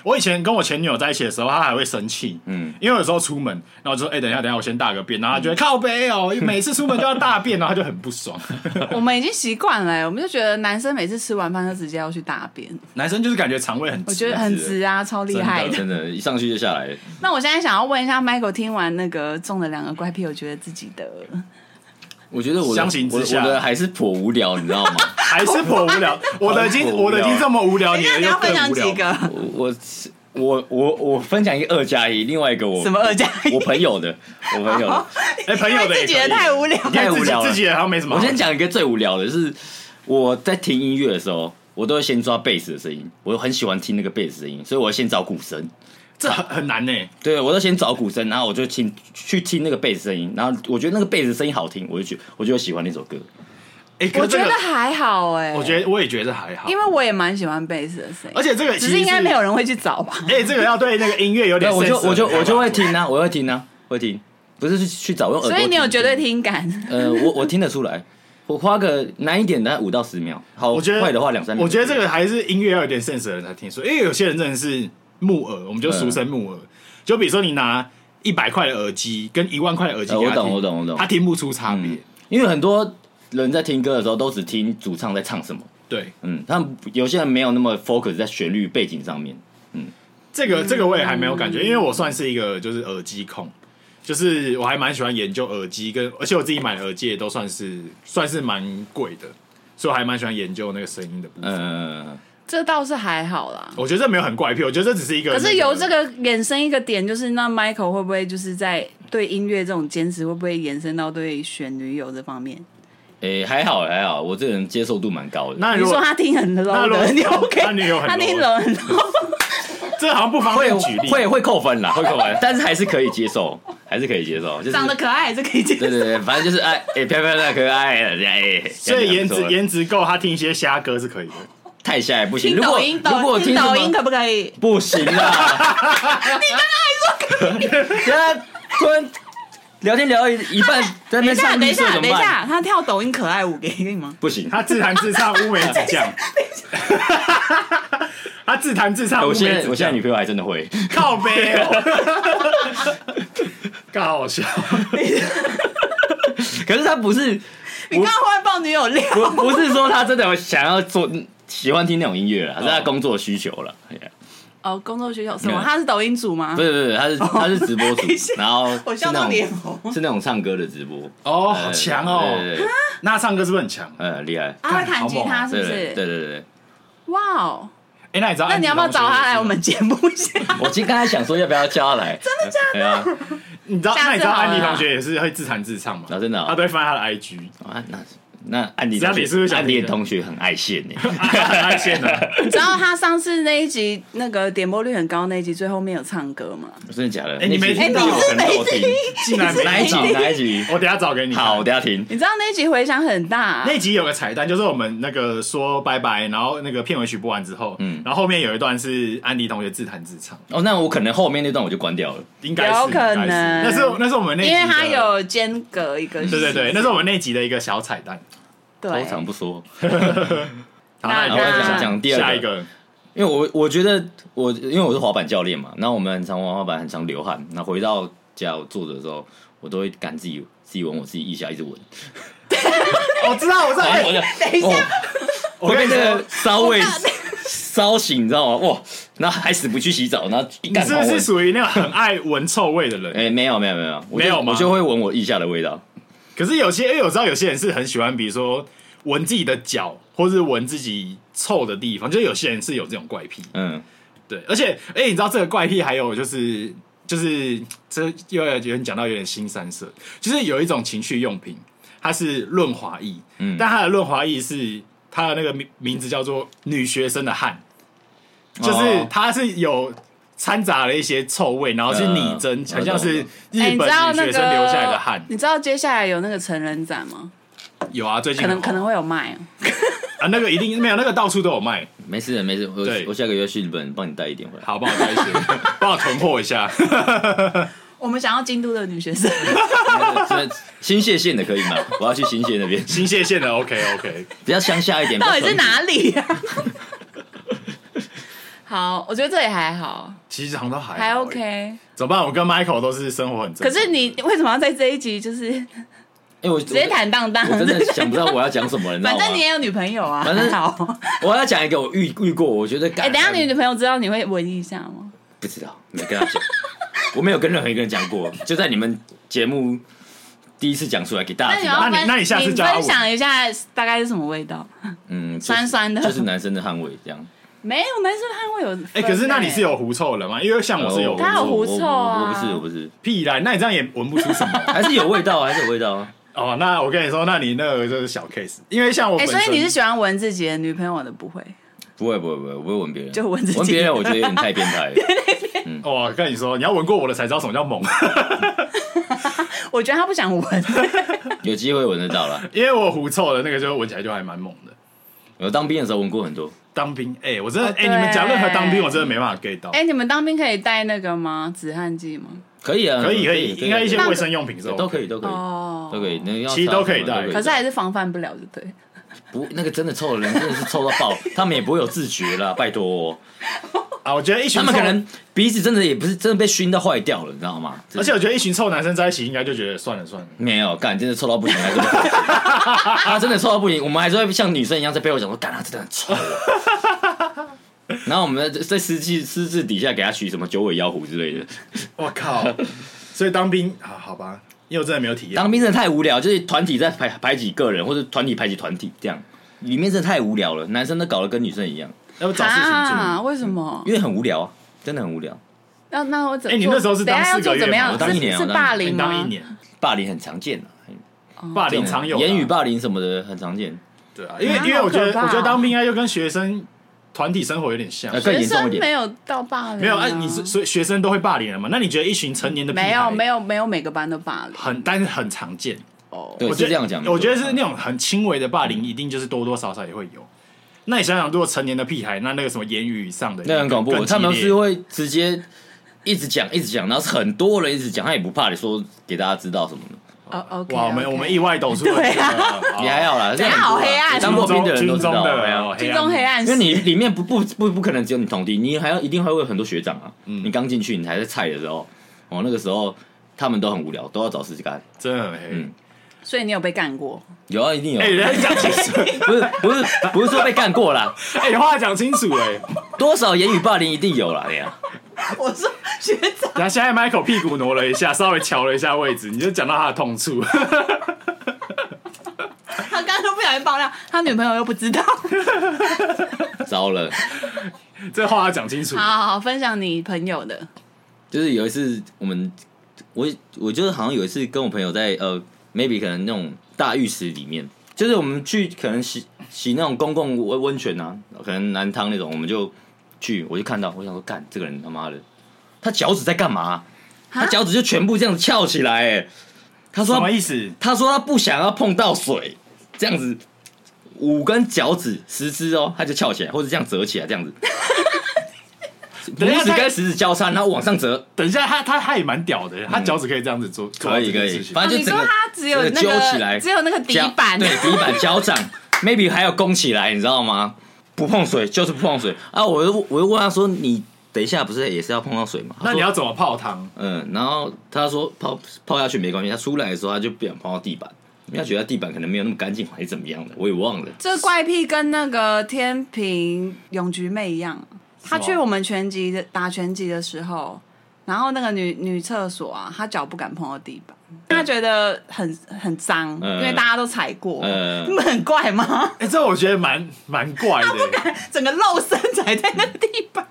D: 我以前跟我前女友在一起的时候，她还会生气，
F: 嗯
D: 嗯，因为有时候出门，然后我就说：“哎、等一下，等一下，我先大个便。”然后她就会靠背哦，每次出门就要大便，然后她就很不爽。
A: 我们已经习惯了、我们就觉得男生每次吃完饭就直接要去大便，
D: 男生就是感觉肠胃很直，
A: 我觉得很直啊，超 厉害的。
F: 真的，一上去就下来。
A: 那我现在想要问一下 Michael，听完那个中的两个怪癖，我觉得自己的
F: 我觉得我的
D: 相形之下
F: 我的我的还是颇无聊，你知道吗？
D: 还是颇无聊。我的已经
F: 好无聊
D: 我的已经这么无聊，
A: 等一
D: 的
A: 下你
D: 又
A: 要
D: 更
A: 分享
D: 无
A: 几
D: 聊。
A: 个？
F: 我我我我分享一个二加一，另外一个我
A: 什么二加一
F: 我朋友的，我朋 友的。
D: 哎、朋
A: 因
D: 友
A: 为
D: 的也
A: 自己
D: 可
A: 的
D: 以
A: 太无聊。
D: 因为
F: 太无
D: 自己
F: 聊了
D: 自己的好像没什么
F: 我
D: 好。
F: 先讲一个最无聊的是，我在听音乐的时候，我都会先抓贝斯的声音，我很喜欢听那个贝斯声音，所以我会先找鼓声。
D: 这很很难呢、
F: 对，我都先找鼓声，然后我就听去听那个贝斯声音，然后我觉得那个贝斯声音好听，我就觉我就会喜欢那首歌。
D: 哎、可
A: 我
D: 是
A: 觉
D: 这
A: 得
D: 个，
A: 还好哎、
D: 我觉得我也觉得还好
A: 因，为我也蛮喜欢贝斯的声音，
D: 而且这个其
A: 只
D: 实
A: 是应该没有人会去找吧？
D: 哎、这个要对那个音乐有点
F: 对，我
D: sense
F: 就
D: 的
F: 我就
D: 人
F: 我就会听啊，我会听啊，会听，不是去去找，我用耳朵。啊
A: 所以你有绝对？听感，
F: 呃，我我听得出来，我花个难一点的五到十秒，好，
D: 我觉得
F: 快的话两三秒。
D: 我觉得这个还是音乐要有点 sense 的人才听说，因为有些人真的是木耳，我们就俗称木
F: 嗯
D: 耳。就比如说你拿一百块的耳机跟一万块的耳机
F: 呃
D: 给他听、
F: 我懂我懂我懂
D: 他听不出差别。
F: 嗯因为很多人在听歌的时候都只听主唱在唱什么，
D: 对，
F: 嗯，他们有些人没有那么 focus 在旋律背景上面。
D: 这个这个我也还没有
A: 嗯
D: 感觉，因为我算是一个就是耳机控，就是我还蛮喜欢研究耳机跟，而且我自己买的耳机也都算是算是蛮贵的，所以我还蛮喜欢研究那个声音的部分。
F: 嗯，
A: 这倒是还好啦。
D: 我觉得这没有很怪癖，我觉得这只是一个、
A: 可是由这
D: 个。
A: 个衍生一个点，就是那 Michael 会不会就是在对音乐这种坚持，会不会延伸到对选女友这方面？
F: 诶、还好还好，我这个人接受度蛮高的。
D: 那
A: 你
D: 如
A: 说
D: 果
A: 他听很 low
D: 如果哦
A: 的，你 OK？
D: 他女友很 low
A: 他听 low 很 low，
D: 这好像不方
F: 会
D: 便举例，
F: 会会扣分啦，会扣分， 但是还是可以接受，还是可以接受，就是
A: 长得可爱还是可以接受
F: 对。对对，反正就是哎哎漂漂亮可爱的哎，
D: 所以
F: 这样
D: 颜
F: 子还
D: 值
F: 不错
D: 颜值够，他听一些瞎歌是可以的。
F: 太下也不行。
A: 听
F: 如果
A: 抖音，
F: 如果
A: 抖听
F: 什么
A: 抖音可不可以？
F: 不行 啊啦，你刚刚还说可以，等下突然聊天聊一一半，在那
A: 等一
F: 边
A: 下，
F: 上
A: 等一
F: 绿色
A: 下，
F: 怎
A: 等一
F: 么办？
A: 下，他跳抖音可爱舞给你吗？
F: 不行，
D: 他自弹自唱乌梅子 酱， 他自弹自唱乌
F: 我
D: 梅子
F: 现
D: 酱
F: 在我现在女朋友还真的会，
D: 靠背哦， 干好笑。
F: 可是她不是
A: 你刚刚会不会爆女友料？
F: 不不是说她真的想要做喜欢听那种音乐了，还是她
D: 哦
F: 工作需求了。Yeah
A: 哦，工作需求什
F: 嗯
A: 么？他是抖音组吗
F: 不？是不是，他是他是直 播主
A: 等一下，
F: 然后
A: 我
F: 是
A: 笑
F: 那
A: 到
F: 种
A: 脸红。
F: 是那种唱歌的直播，
D: 哦，
F: 哦
D: 好强哦！那唱歌是不是很强？
F: 呃，厉害，
A: 他会弹吉他是
F: 对
A: 不
F: 对对
A: 是？
F: 对对，
A: 哇哦！
D: 哎，那你知道？
A: 那你要不要找他来我？们节目一下？
F: 我其实刚才想说要不要叫他来，啊真的假的？
D: 你知道？那你知
A: 下次
D: 道
A: 好了
D: 安迪同学也是会自弹自唱吗？
F: 啊真的哦
D: 他都会翻他的 IG，
F: 啊，那那安迪
D: 只要
F: 同学
D: 你是不是想
F: 安迪
D: 听的
F: 同学很爱线 呢？
D: 很爱线 的。
A: 你知道他上次那一集那个点播率很高那一集最后面有唱歌吗？
F: 真的假的？
D: 哎你没
F: 那集
D: 听到哎你是
F: 很好听，
D: 竟然没
F: 哪一集哪一集？
D: 我等一下找给你。
F: 好，我。等一下听。
A: 你知道那一集回响很大、
D: 那集有个彩蛋，就是我们那个说拜拜，然后那个片尾曲播完之后，嗯
F: 嗯，
D: 然后后面有一段是安迪同学自弹自唱，
F: 哦，那我可能后面那段我就关掉了。
D: 应该是
A: 有可能
D: 应该是那是那是我们那集
A: 因
D: 的
A: 为他有间隔一个，
D: 对对对，那是我们那集的一个小彩蛋。
F: 通
D: 哎
A: 对，
F: 常不说，
D: 好，
A: 那
D: 那你
F: 然后
D: 再
A: 那
F: 我讲讲第
D: 下
F: 二
D: 一，个，
F: 因为我我觉得我因为我是滑板教练嘛，然后我们很常玩滑板，很常流汗。那回到家我坐着的时候，我都会赶自己自己闻我自己腋下，一直闻。
D: 我知道，我知道，哎
F: 我就哦等一下，我被这个骚味烧醒，你知道吗？哇，然后还死不去洗澡，然后 一
D: 你
F: 干
D: 是不
F: 嘛
D: 是
F: 闻？
D: 属于那种很爱闻臭味的人？
F: 哎、没有没有没有，我
D: 没
F: 就
D: 有吗
F: 我就会闻我腋下的味道。
D: 可是有些，因为我知道有些人是很喜欢，比如说闻自己的脚，或是闻自己臭的地方，就是有些人是有这种怪癖。
F: 嗯，
D: 对，而且，哎，你知道这个怪癖还有就是。就是这又有点讲到有点新三色，就是有一种情趣用品，它是润滑液，
F: 嗯
D: 但它的润滑液是它的那个名名字叫做女学生的汗，就是
F: 哦
D: 它是有掺杂了一些臭味，然后是拟真，
F: 嗯
D: 很像是日
A: 哎你
D: 本女
A: 知道那
D: 学生留下来的
A: 个
D: 汗，。
A: 你知道接下来有那个成人展吗？
D: 有啊，最近
A: 可能
D: 很
A: 可能
D: 红
A: 会有卖哦、
D: 啊，那个一定没有，那个到处都有卖。
F: 没事的没事，我
D: 对
F: 我下个月去日本帮你带一点回来。
D: 好，帮我带 一些，帮我囤货一下。
A: 我们想要京都的女学 生，
F: 那个新泻县的可以 吗？我要去新泻那边，
D: 新泻县的 OK OK，
F: 比较乡下一点。
A: 到底是
F: 比较淳
A: 哪里呀、 好，我觉得这也还好，
D: 其实长都还好
A: 还 OK。
D: 怎么办？我跟 Michael 都是生活很正
A: 可
D: 常
A: 是你为什么要在这一集就是直
F: 朴？哎，我
A: 接坦荡荡
F: 我？ 真
D: 啊
F: 的想不到我要讲什么了，你知道
A: 反
F: 吗？
A: 正你也有女朋友啊，
F: 反正
A: 好。
F: 我要讲一个我遇遇过，我觉得
A: 哎、
F: 哎
A: 等一下你女朋友知道你会闻一下吗？
F: 不知道，没跟他讲， 我没有跟任何一个人讲过，就在你们节目第一次讲出来给大
A: 那
F: 家
A: 你
F: 听
A: 要
F: 到。
D: 啊那你
A: 分，
D: 那你下次叫她
A: 分
D: 闻
A: 享一下大概是什么味道？
F: 嗯，就是
A: 酸酸的
F: 就是男生的汗味这样。
A: 没有，男生汗会有分欸。
D: 哎、可是那你是有狐臭的吗？因为像我是有狐
A: 他有
D: 臭，
A: 狐臭啊
F: 我我不是，我不是，
D: 屁啦，那你这样也闻不 出什么。
F: 还是有味道啊，还是有味道啊。
D: 哦，那我跟你说，那你那个就是小 case，因为像我
A: 哎、
D: 本身，
A: 所以你是喜欢闻自己的女朋友的不会？
F: 不会不会不会，我不会闻别人，
A: 就闻自己
F: 别人，我觉得有点太变态了。
D: 嗯哦我跟你说，你要闻过我的才知道什么叫猛，
A: 我觉得他不想闻，
F: 有机会闻得到啦。
D: 因为我狐臭的那个就闻起来就还蛮猛的。
F: 我当兵的时候闻过很多，
D: 当兵，哎、我真的，
A: 哦
D: 哎、你们讲任何
A: 对
D: 当兵，我真的没办法 get 到。
A: 哎、你们当兵可以带那个吗？止汗剂吗？
F: 可以啊，
D: 可以可以，应该一些
A: 那
D: 卫生用品是 OK
F: 都可以都可以
A: 哦
F: 都可以，那个要
D: 其实
F: 擦
D: 都可以
F: 什么
D: 带
A: 可是还是防范不了，就对。
F: 不，那个真的臭的人真的是臭到爆，他们也不会有自 觉啦，拜托哦、
D: 啊。我觉得一群
F: 他们
D: 臭
F: 可能鼻子真的也不是真的被熏到坏掉了，你知道吗？
D: 而且我觉得一群臭男生在一起，应该就觉得算 了算了。
F: 没有干，真的臭到不行，还是他真的臭到不行，我们还是会像女生一样在背后讲说，干他真的很臭、啊。 然后我们在在私字私字底下给他取什么九尾妖狐之类的。
D: 我靠！所以当兵啊，好吧，因为我真的没有体验。
F: 当兵真的太无聊，就是团体在排排挤个人，或者团体排挤团体这样，里面真的太无聊了。男生都搞得跟女生一样，
D: 要不找事情
A: 啊？
D: 做。
A: 为什么？
F: 因为很无聊啊，真的很无聊。
A: 那那我怎？
D: 哎你那时候是
A: 等一下
D: 当
A: 要
D: 四个
A: 做
D: 月
A: 怎么
D: 吗
A: 样？
F: 我当一年
A: 是
F: 我
A: 是
F: 当
A: 霸
F: 一
A: 凌
D: 哎你
A: 吗？
D: 当一年，
F: 霸凌很常见啊，
D: 霸凌常有啊，
F: 言语霸凌什么的很常见，
D: 对啊，因为
A: 啊
D: 因为我觉
A: 好可
D: 得
A: 怕哦
D: 我觉得当兵应该就跟学生团体生活有点像啊
F: 呃。更
A: 学
F: 严重
A: 生
F: 一点
A: 没。有到霸凌、啊
D: 没有，
F: 啊
D: 哎，你是所以学生都会霸凌人嘛？那你觉得一群成年的
A: 没有没
D: 有
A: 有没有每个班都霸凌
D: 很，但是很常见。
A: 哦。
F: 对，
D: 我
F: 是
D: 觉
F: 这
D: 得
F: 样讲没错。
D: 我觉得是那种很轻微的霸凌，一定就是多多少少也会有。那你想想，如果成年的屁孩，那那个什么言语上的，
F: 那很恐怖，
D: 更激
F: 他们
D: 烈
F: 是会直接一直讲一直讲，然后是很多人一直讲，他也不怕你说给大家知道什么的，
A: 哦，OK，
D: 哇，我们
A: OK
D: 我们意外抖出了
A: 对啊
D: 这个，
F: 也还好啦。这样很多
A: 好
F: 啦
A: 黑暗
F: 当过兵的人都
D: 军
F: 知道
D: 中的
F: 啊。
D: 哦
A: 军中黑暗
F: 因
A: 史
F: 为你里面不不不不可能只有你同弟，你还要一定还会有很多学长啊。你刚进去，你还在菜的时候，哦，那个时候他们都很无聊，都要找事干。
D: 真的很黑。
F: 嗯
A: 所以你有被干过？
F: 有啊，一定有
D: 哎、。人家讲清楚，
F: 不是不是不是说被干过啦，
D: 哎、话讲清楚、哎，
F: 多少言语霸凌一定有啦，哎呀，
A: 我说学 长，
D: 然后现在 Michael 屁股挪了一下，稍微瞧了一下位置，你就讲到他的痛处。
A: 他刚刚都不小心爆料，他女朋友又不 知道。
F: 糟了。
D: 这话要讲清楚
A: 好。好好，分享你朋友的，
F: 就是有一次我们，我我就是好像有一次跟我朋友在呃，maybe 可能那种大浴池里面，就是我们去可能洗洗那种公共温温泉啊，可能南汤那种，我们就去，我就看到，我想说，干这个人他妈的，他脚趾在干嘛？他脚趾就全部这样翘起来、哎，他说
D: 什
F: 他
D: 么意思？
F: 他说他不想要碰到水，这样子五根脚趾十只哦，他就翘起来，或者这样折起来，这样子，
D: 等一
F: 拇
D: 下
F: 指
D: 他
F: 跟食指交叉，然后往上折，
D: 等一下，他他他也蛮屌的，他脚趾可以这样子做，做到
F: 嗯可
D: 这
F: 以
D: 件
F: 可以
D: 事情
F: 反
A: 哦
F: 正
A: 你
F: 就整
A: 说
F: 个
A: 他只有
F: 整
A: 那
F: 个揪起来
A: 个，只有那个底
F: 脚
A: 板，
F: 对底 板脚掌，maybe 还要弓起来，你知道吗？不碰水就是不碰水啊！我又我又问他说：“你等一下不是也是要碰到水吗？”
D: 那你
F: 他说
D: 要怎么泡汤？
F: 嗯，然后他说泡泡下去没关系，他出来的时候他就不想碰到地板，因为他觉得地板可能没有那么干净还是怎么样的，我也忘了。
A: 这怪癖跟那个天平永菊妹一样，她去我们拳击的打拳击的时候，然后那个女女厕所啊，她脚不敢碰到地板，她觉得很很脏，
F: 嗯
A: 因为大家都踩过，
F: 嗯
A: 你们很怪吗？
D: 哎、这我觉得蛮蛮怪的。
A: 整个露身踩在那个地 板，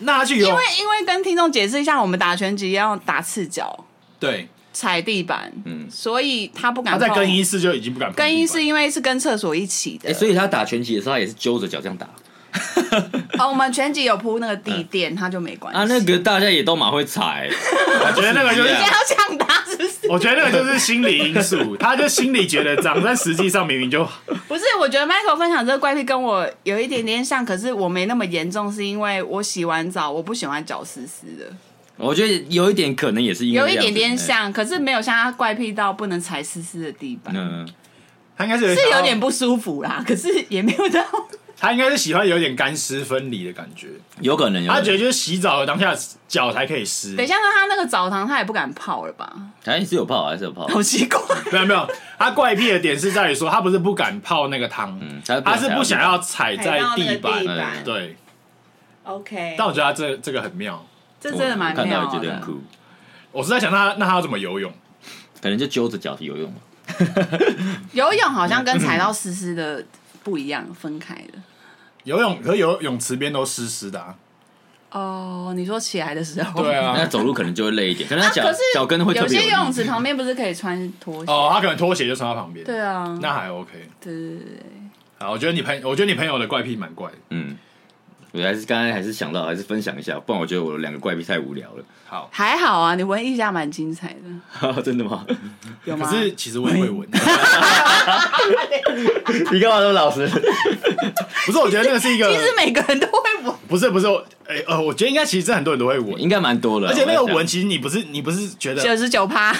D: 那他去游
A: 因
D: 泳
A: 为，因为跟听众解释一下，我们打拳击要打赤脚
D: 对，
A: 踩地板，
F: 嗯
A: 所以她不敢
D: 他
A: 碰。
D: 在更衣室就已经不敢碰地板。
A: 更衣室因为是跟厕所一起的，
F: 哎、 所以他打拳击的时候，他也是揪着脚这样打
A: 哦，我们拳击有铺那个地垫，她就没关系。
F: 啊。那个大家也都蛮会踩，
D: 我觉得那个就是
A: 你
F: 啊
A: 今天要抢她是不是？
D: 我觉得那个就是心理因素，他就心里觉得脏，但实际上明明就
A: 不是，我觉得 Michael 分享这个怪癖跟我有一点点像，可是我没那么严重，是因为我洗完澡我不喜欢脚湿湿的，
F: 我觉得有一点可能也是因为
A: 有一
F: 这样
A: 点
F: 子哎
A: 点。像，可是没有像他怪癖到不能踩湿湿的地板，
F: 嗯，
D: 他应该是
A: 是有点
D: 不，
A: 不舒服啦，可是也没有 到。
D: 他应该是喜欢有点干湿分离的感觉。
F: 有可能，有可
D: 他
F: 能
D: 觉得就是洗澡的当下脚才可以湿。
A: 等一下，那他那个澡堂他也不敢泡了吧？
F: 他哎还是有泡，还啊是有泡。
A: 好奇怪，
D: 没有没有，他怪癖的点是在于说，他不是不敢泡那个汤，
F: 嗯，他
D: 他是不想
F: 要。
D: 要踩在地板。
F: 地板
D: 对，
A: OK，
D: 但我觉得他这这个很妙。
A: 这真的蛮
F: 看到
A: 妙
F: 也觉得很
A: 的。
F: 酷，
D: 我是在想他，那他要怎么游泳？
F: 可能就揪着脚游泳嘛。
A: 游泳好像跟踩到湿湿的不一样，分开的。
D: 游泳和游泳池边都湿湿的、啊。
A: 哦，你说起来的时候，
D: 对
F: 那
D: 啊，
F: 走路可能就会累一点，可能他脚
A: 啊可是
F: 脚跟会特
A: 有
F: 别
A: 些游泳
F: 力
A: 池旁边不是可以穿拖鞋？
D: 哦，他可能拖鞋就穿到旁边。
A: 对啊，
D: 那还 OK。
A: 对对对对
D: 啊，我觉得你朋，我觉得你朋友的怪癖蛮怪的。
F: 嗯，我还是刚才还是想到，还是分享一下，不然我觉得我的两个怪癖太无聊
D: 好，
A: 还好啊，你闻一下蛮精彩的，
F: 了。 真的吗？
A: 有
D: 可
A: 吗？哎
D: 是其实我也会闻，
F: 你干嘛说老实？
D: 不是？我觉得那个是一个
A: 其，实每个人都会 闻，
D: 不是不是，我哎、呃，我觉得应该其实真的很多人都会闻，
F: 应该蛮多的，啊
D: 而且那个
F: 嗯我在想
D: 闻，其实你不是你不是觉得
A: 九十九趴，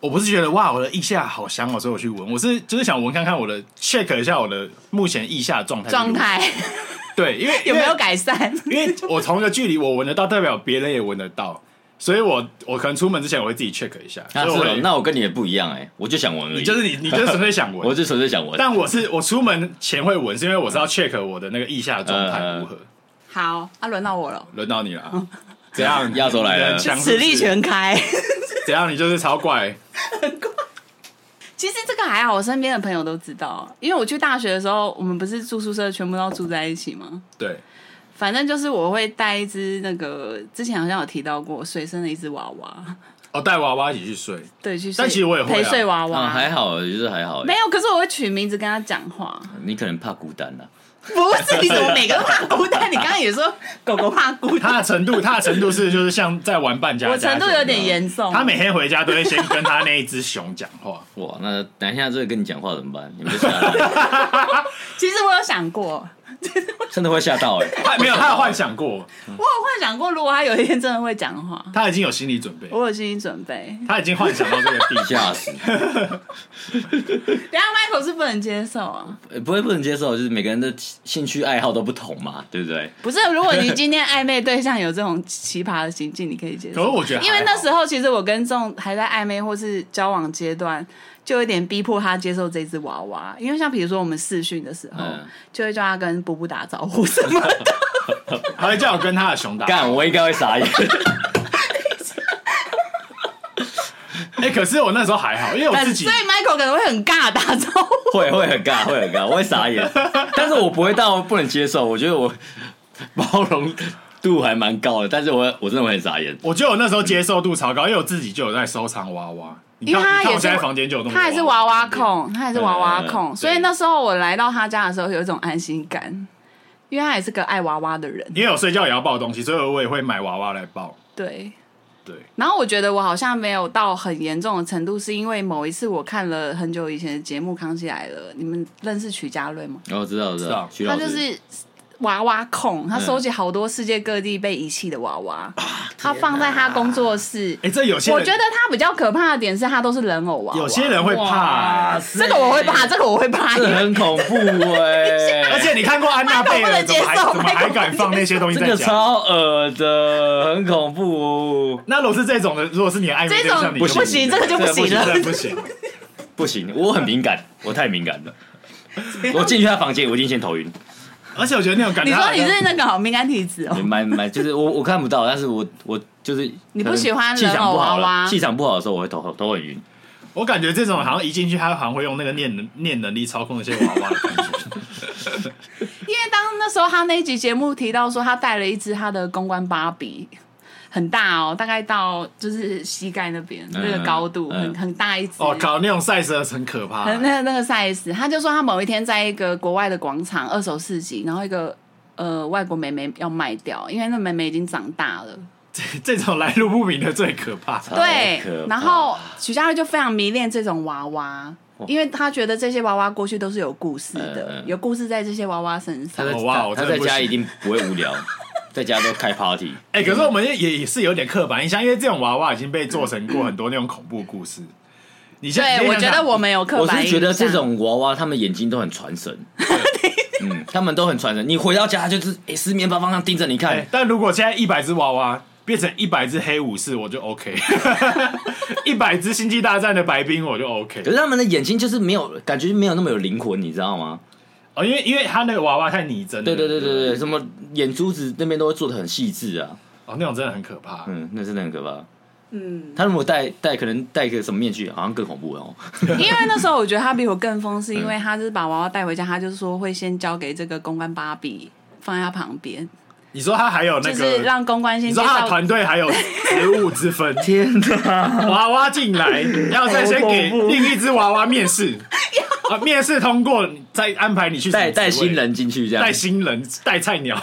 D: 我不是觉得哇，我的腋下好香哦，所以我去闻。我是就是想闻看看我的 check 一下我的目前腋下的状态是如何
A: 状。态
D: 对，因为
A: 有没有？
D: 因为
A: 改善？
D: 因为我同一个距离我闻得到，代表别人也闻得到，所以我我可能出门之前我会自己 check 一下。所
F: 啊
D: 以我
F: 是
D: 会
F: 哦那我跟你也不一样哎，我就想闻而已。
D: 你就是你，你就是纯粹想
F: 我
D: 闻。
F: 就纯粹想闻，
D: 但我是我出门前会闻，是因为我是要 check 我的那个腋下的状态如何。
A: 好，啊，轮到我了，
D: 轮到你了
A: 哦
D: 啊，怎样？
F: 亚洲来了啊
D: 你很强是
A: 实
D: 不是
A: 力全开。
D: 怎样？你就是超怪。
A: 其实这个还好，我身边的朋友都知道，因为我去大学的时候，我们不是住宿舍，全部都住在一起吗？
D: 对，
A: 反正就是我会带一只那个，之前好像有提到过，随身的一只娃娃，
D: 哦，带娃娃一起去睡。
A: 对，去睡
D: 但其实我也会啊
A: 陪睡娃娃，
F: 啊还好，就是还好
A: 没
F: 欸。
A: 有，可是我会取名字跟他讲话。
F: 你可能怕孤单啊。，
A: 不是，你怎么每个都怕孤单？你刚刚也说狗狗怕 孤单，
D: 他的程度，他的程度是就是像在玩扮家家
A: 我
D: 酒一样。
A: 程度有点严重。
D: 他每天回家都会先跟他那一只熊讲话
F: 哇，那等一下这个跟你讲话怎么办？你们就吓到，
A: 其实我有想过，
F: 真的会吓到哎。
D: 他没有，他有幻想过，
A: 我有幻想过，如果他有一天真的会讲话，
D: 他已经有心理准备，
A: 我有心理准备。
D: 他已经幻想到这个地步。
F: 吓死！
A: 等一下 Michael 是不能接受啊，
F: 呃不会不能接受，就是每个人的兴趣爱好都不同嘛，对不对？
A: 不是？如果你今天暧昧对象有这种奇葩的行径，你可以接
D: 可是
A: 受。
D: 我觉得还好，
A: 因为那时候其实我跟这种还在暧昧或是交往阶段，就有点逼迫他接受这只娃娃。因为像比如说我们试训的时候，
F: 嗯
A: 就会叫他跟布布打招呼什么的。
D: 他会叫我跟他的熊打。
F: 干，我应该会傻眼。
D: 哎、可是我那时候还好，因为 我自己
A: 所以 Michael 可能会很尬打招呼。
F: 会会很尬，会很尬，我会傻眼，但是我不会到不能接受，我觉得我包容度还蛮高的，但是我我真的会很傻眼。
D: 我觉得我那时候接受度超高，因为我自己就有在收藏娃娃。你
A: 因
D: 看，
A: 为他
D: 你看
A: 也
D: 我
A: 是
D: 现在房间就有那么多
A: 他还是娃娃控，他还是娃娃控，
F: 嗯
A: 所以那时候我来到他家的时候有一种安心感，因为他也是个爱娃娃的人。
D: 因为我睡觉也要抱东西，所以我也会买娃娃来抱。
A: 对，
D: 对，
A: 然后我觉得我好像没有到很严重的程度，是因为某一次我看了很久以前的节目《康熙来了》，你们认识曲家瑞吗？
F: 然哦后知道
D: 知
F: 知
D: 道
F: 道，徐
A: 他
F: 老
A: 就
F: 师
A: 是娃娃控，他收集好多世界各地被遗弃的娃娃，他放在他工作室。
D: 哎、这有些人
A: 我觉得他比较可怕的点是，他都是人偶娃娃。
D: 有些人会怕、欸，
A: 这个我会怕，这个我会怕，
F: 这很恐怖哎、
C: 欸
D: 而且你看过安娜贝尔，怎么
A: 麦克风
D: 还怎么还
A: 不能接
D: 敢
A: 受
D: 放那些东 西
F: 这
D: 在
F: 个
D: 家？
F: 超恶的，很恐怖哦。
D: 那如果是这种的，如果是你的暧昧对
A: 这种
D: 象，你就
A: 不行这个就
D: 不
A: 不行了
D: 这个不行。
F: 不行，我很敏感，我太敏感了。我进去他房间，我一定先头晕，
D: 而且我觉得那种感
A: 你
D: 觉，
A: 说你是那个好敏感体质哦，
F: 蛮蛮就是我我看不到，但是我我就是
A: 你不
F: 可能
A: 喜欢
F: 气
A: 人
F: 场
A: 偶
F: 不好
A: 娃娃
F: 了，气场不好的时候我会头头很晕。
D: 我感觉这种好像一进去，他好像会用那个念能念能力操控那些娃娃的感 觉。
A: 因为当那时候他那一集节目提到说，他带了一只他的公关芭比，很大哦，大概到就是膝盖那边那个高度，
F: 嗯啊
A: 很很大一只。
D: 哦靠，那种 size 很可怕。
A: 很那个那个 size，他就说他某一天在一个国外的广场二手市集，然后一个呃外国妹妹要卖掉，因为那妹妹已经长大了，
D: 这种来路不明的最可怕。
F: 好可
A: 对，
F: 怕
A: 然后许家瑞就非常迷恋这种娃娃，因为他觉得这些娃娃过去都是有故事
F: 嗯
A: 的
F: 嗯，
A: 有故事在这些娃娃身
F: 他
A: 上
F: 在。
D: 哦哇我
F: 他
D: 真
F: 在
D: 的不
F: 家
D: 行
F: 一定不会无聊，在家都开 party。
D: 哎、可是我们也也是有点刻板印象，因为这种娃娃已经被做成过很多那种恐怖故事。你现在
A: 对，我觉得我们有刻
F: 我
A: 板
F: 是
A: 印
F: 觉
A: 象。
F: 得这种娃娃，他们眼睛都很传 神。嗯，他们都很传神。你回到家就是，哎、四面八方上盯着你看。
D: 哎、但如果现在一百只娃娃变成一百只黑武士，我就 OK；一百只星际大战的白兵，我就 OK
F: 可。是他们的眼睛就是没有感觉，没有那么有灵魂，你知道吗？
D: 哦，因为因为他那个娃娃太拟真了。
F: 对对对对对，什么眼珠子那边都会做的很细致啊。
D: 哦，那种真的很可怕。
F: 嗯，那真的很可怕。
A: 嗯，
F: 他如果戴戴可能戴个什么面具，好像更恐怖哦。
A: 因为那时候我觉得他比我更疯，是因为他就是把娃娃带回家，他就是说会先交给这个公关芭比放在他旁边，
D: 你说他还有那
A: 就
D: 个，
A: 是让公关先
D: 你
A: 介
D: 说他的
A: 绍。
D: 团队还有职务之分，
F: 天哪！哎
D: 娃娃进来，要再先给另一只娃娃面试，啊，面试通过，再安排你去什 么
F: 带带
D: 职位
F: 新，人进去这样
D: 带，新人，带菜鸟，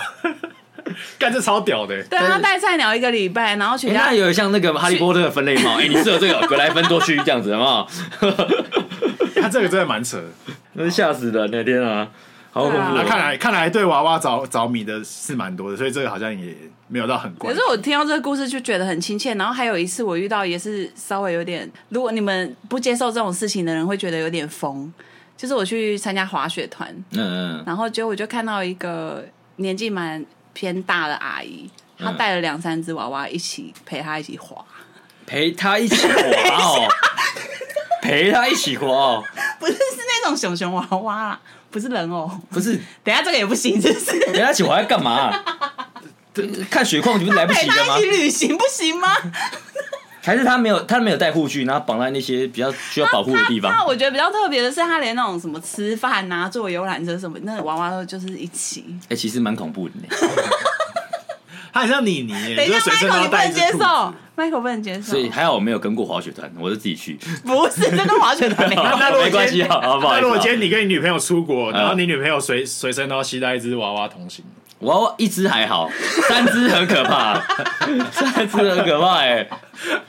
D: 干这超屌的欸、
A: 对他带菜鸟一个礼拜，然后全
F: 诶
A: 家
F: 那有像那个哈利波特的分类帽，哎、你适合这个格莱芬多区这样子，好不好？
D: 他这个真的蛮扯的。
F: 那是吓死人的，天啊，好恐怖
A: 对
D: 那
A: 啊
D: 看
F: 哦！
D: 来看来对娃娃着着迷的是蛮多的，所以这个好像也没有到很怪
A: 可是。我听到这个故事就觉得很亲切，然后还有一次我遇到也是稍微有点，如果你们不接受这种事情的人会觉得有点疯。就是我去参加滑雪团，
F: 嗯嗯
A: 然后结果我就看到一个年纪蛮偏大的阿姨，她带了两三只娃娃一起陪她一起滑，
F: 陪他一起滑 哦，陪他一起滑哦，
A: 不是是那种熊熊娃娃啦，不是人偶。
F: 不是
A: 等一下这个也不行，这是
F: 陪他一起滑要干嘛、这看雪况你不是来不
A: 陪
F: 及了吗
A: 她一？起旅行不行吗？
F: 还是他没有他没有带护具，然后绑在那些比较需要保护的地
A: 那
F: 方？
A: 我觉得比较特别的是，她连那种什么吃饭啊、坐游览车什么，那个娃娃都就是一起。
F: 哎、其实蛮恐怖的呢，
D: 他很像你你欸，
A: 等一
D: 就
A: 下
D: 是随身
A: ，Michael
D: 都要
A: 你不
D: 带一
A: 能
D: 只
A: 接
D: 兔子
A: 受，Michael 不能接受
F: 所，以还好我没有跟过滑雪团，我是自己去，
A: 不是这跟滑雪团 没
D: 那
A: 关系。
D: 那如果
F: 没关系，
D: 今天
F: 好好不好
D: 那
F: 意
D: 如果
F: 思
D: 今
F: 啊。
D: 天你跟你女朋友出国，然后
F: 嗯
D: 你女朋友随随身都要携带一只娃娃同行，
F: 娃娃一只还好，三只很可 怕，三只很可怕哎、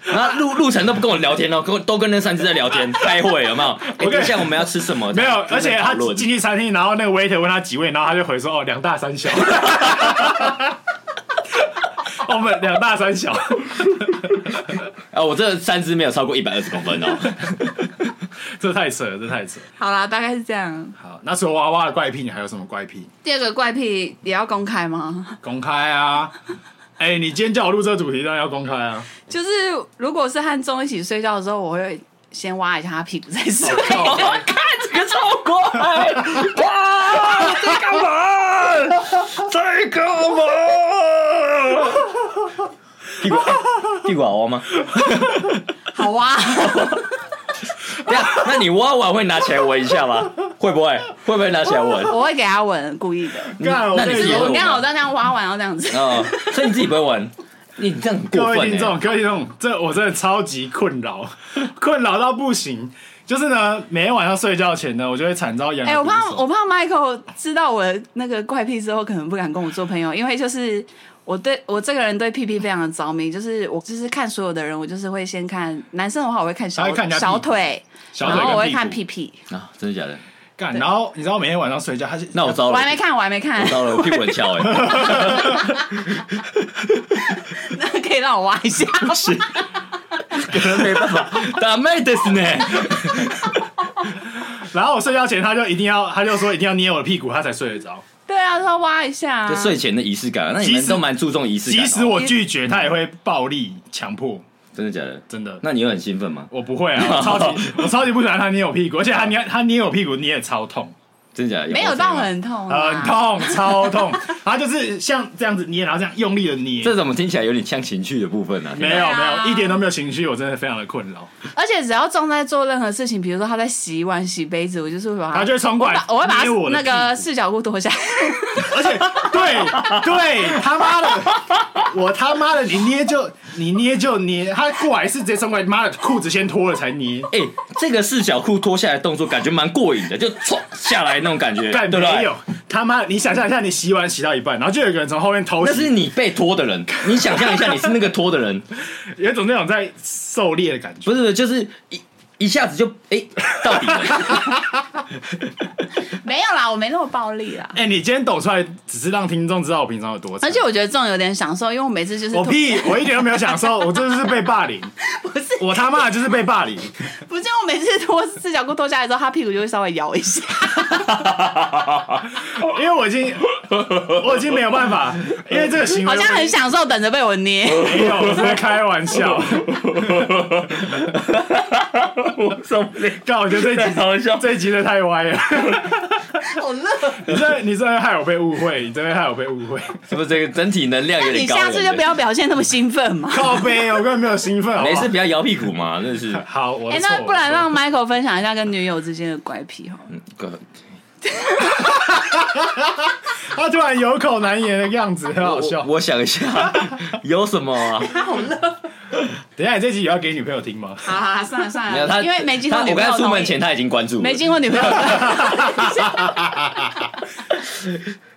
F: 然后路路程都不跟我聊天哦，跟我都跟那三只在聊 天开会，有没有？哎、
D: 我跟
F: 等一下我们要吃什么？
D: 没有，
F: 在
D: 而且他
F: 讨论
D: 进去餐厅，然后那个 waiter 问他几位，然后他就回说哦两大三小， 我们哦两大三小，
F: 啊，我这三只没有超过一百二十公分哦。
D: 这太扯了，这太扯。
A: 好啦，大概是这样。
D: 好，那除了娃娃的怪癖，你还有什么怪癖？
A: 第二个怪癖也要公开吗？
D: 公开啊！ 哎、你今天叫我录这个主题，当然要公开啊！
A: 就是如果是和钟一起睡觉的时候，我会先挖一下他屁股再睡。
F: 看这个超过来，哇，在干嘛？在干嘛？ 屁股屁股好挖吗？
A: 好啊，
F: 对啊，那你挖完会拿起来闻一下吗？会不会？会不会拿起来闻？
A: 我会给他闻，故意的。
D: 干我
F: 嗯那
D: 跟你
F: 你自己
D: 说
A: 我
F: 会
A: 刚好
F: 闻吗？
A: 在那样挖完，然后这样子。
F: 哦，所以你自己不会闻，你这样很
D: 各
F: 过
D: 位
F: 分
D: 听众，
F: 欸。
D: 各位听众，这我真的超级困扰， 困扰到不行。就是呢，每天晚上睡觉前呢，我就会惨遭 痒。
A: 哎、我怕我怕 Michael 知道我的那个怪癖之后，可能不敢跟我做朋友，因为就是我对我这个人对屁屁非常的着迷，就是我就是看所有的人，我就是会先看男生的话，我会看
D: 他
A: 小
D: 会看人家屁股
A: 小腿，
D: 小
A: 然后我会
D: 腿
A: 看
D: 跟
A: 屁
D: 屁股
A: 屁，
F: 啊，真的假的？
D: 干，然后你知道每天晚上睡觉，他就
F: 那我糟
A: 我
F: 了
A: 还，没看，我还没看，
F: 糟了，我屁股很翘哎。
A: 那可以让我挖一下吗。
F: 可能没办法，ダメですね。
D: 然后我睡觉前，他就一定要，他就说一定要捏我的屁股，他才睡得着。
A: 对啊，说挖一下、
F: 就
A: 啊，
F: 睡前的仪式感啊，那你
D: 即
F: 们
D: 使
F: 都蛮注重仪式感
D: 即
F: 的哦。
D: 使我拒绝，他也会暴力强迫，
F: 真的假的？
D: 真的。
F: 那你有很兴奋吗？
D: 我不 会啊，我超级我超级不喜欢他捏我屁股，而且他捏他捏我屁股捏的超痛，
F: 真的假的？
A: 没有
F: OK
A: 到
F: 吗。
A: 很痛、啊，
D: 呃很。痛，超痛。他就是像这样子捏，然后这样用力的捏。
F: 这怎么听起来有点像情趣的部分呢、啊？
D: 没有
A: 对啊
D: 没有，一点都没有情绪，我真的非常的困扰。
A: 而且只要正在做任何事情，比如说他在洗碗、洗杯子，我就是会把
D: 他就会冲过来
A: 我把我会把
D: 捏我的
A: 那个
D: 屁
A: 四角裤脱下来。
D: 而且对对他妈的，我他妈的，你捏就你捏就捏，他过来是直接冲过来，妈的裤子先脱了才捏。
F: 哎、这个四角裤脱下来的动作感觉蛮过瘾的，就唰下来那种感觉，对
D: 干
F: 不对？
D: 没有，他妈的！你想象一下，你洗碗洗到一半，然后就有一个人从后面偷
F: 那是
D: 袭，
F: 你被拖的人，你想象一下，你是那个拖 的人，
D: 有一种那种在狩猎的感觉。
F: 不是，就是一一下子就哎、到底了，
A: 没有啦，我没那么暴力啦。
D: 哎、你今天抖出来，只是让听众知道我平常有多 惨。
A: 而且我觉得这种有点享受，因为我每次就是
D: 我屁，我一点都没有享受，我这就是被霸凌，
A: 不是
D: 我他妈的就是被霸凌。
A: 不是，因为我每次脱四角裤脱下来之后，他屁股就会稍微摇一 下。
D: 因为我已经，我已经没有办法，因为这个行为
A: 好像很享受等着被我捏。
D: 没有，我是在开玩笑。
F: 我受不了，
D: 但我觉得这一集
F: 好笑，
D: 这一集的太歪了，
A: 好热。
D: 你这你真的害我被误会，你真的害我被误会。
F: 是不是这个整体能量有
A: 你
F: 点高？
A: 下次就不要表现那么兴奋嘛。
D: 靠背，我根本没有兴奋，好不好
F: 没事，不要摇屁股嘛，真的是。
D: 好， 啊我
A: 哎、
D: 的错
A: 那不然
D: 我
A: 让 Michael 分享一下跟女友之间的怪癖哈。
F: 哥
D: 的错啊他突然有口难言的样子，很好笑。
F: 我我想一下，有什么啊？
D: 等一下，你这集也要给女朋友听吗？
A: 好好好，算了算
F: 没有他，
A: 了，因为没经
F: 他
A: 过女
F: 我
A: 朋
F: 跟
A: 友
F: 他
A: 同意
F: 出门前他已经关注我
A: 没经过 女朋友的，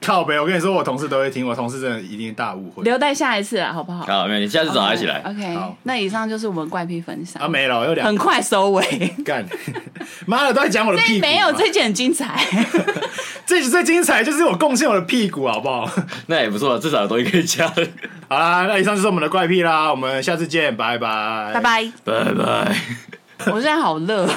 D: 靠北，我跟你说，我同事都会听，我同事真的一定大误 会
A: 留待下一次啊，好不好？
F: 好，没有，你下次找他一起来。
A: OK，
D: 好
A: 那以上就是我们怪癖分
D: 啊！
A: 享，
D: 没了，有两
A: 很快收 尾。
D: 干，妈的，都在讲我的
A: 这
D: 屁股嘛。啊
A: 没有这集很精 彩，
D: 这集最精彩就是我贡献我的屁股，好不好？
F: 那也不错，至少有东西可以加。
D: 好啦，那以上就是我们的怪癖啦，我们下次见，拜拜，
A: 拜。拜。
F: 拜拜。
A: 我现在好热。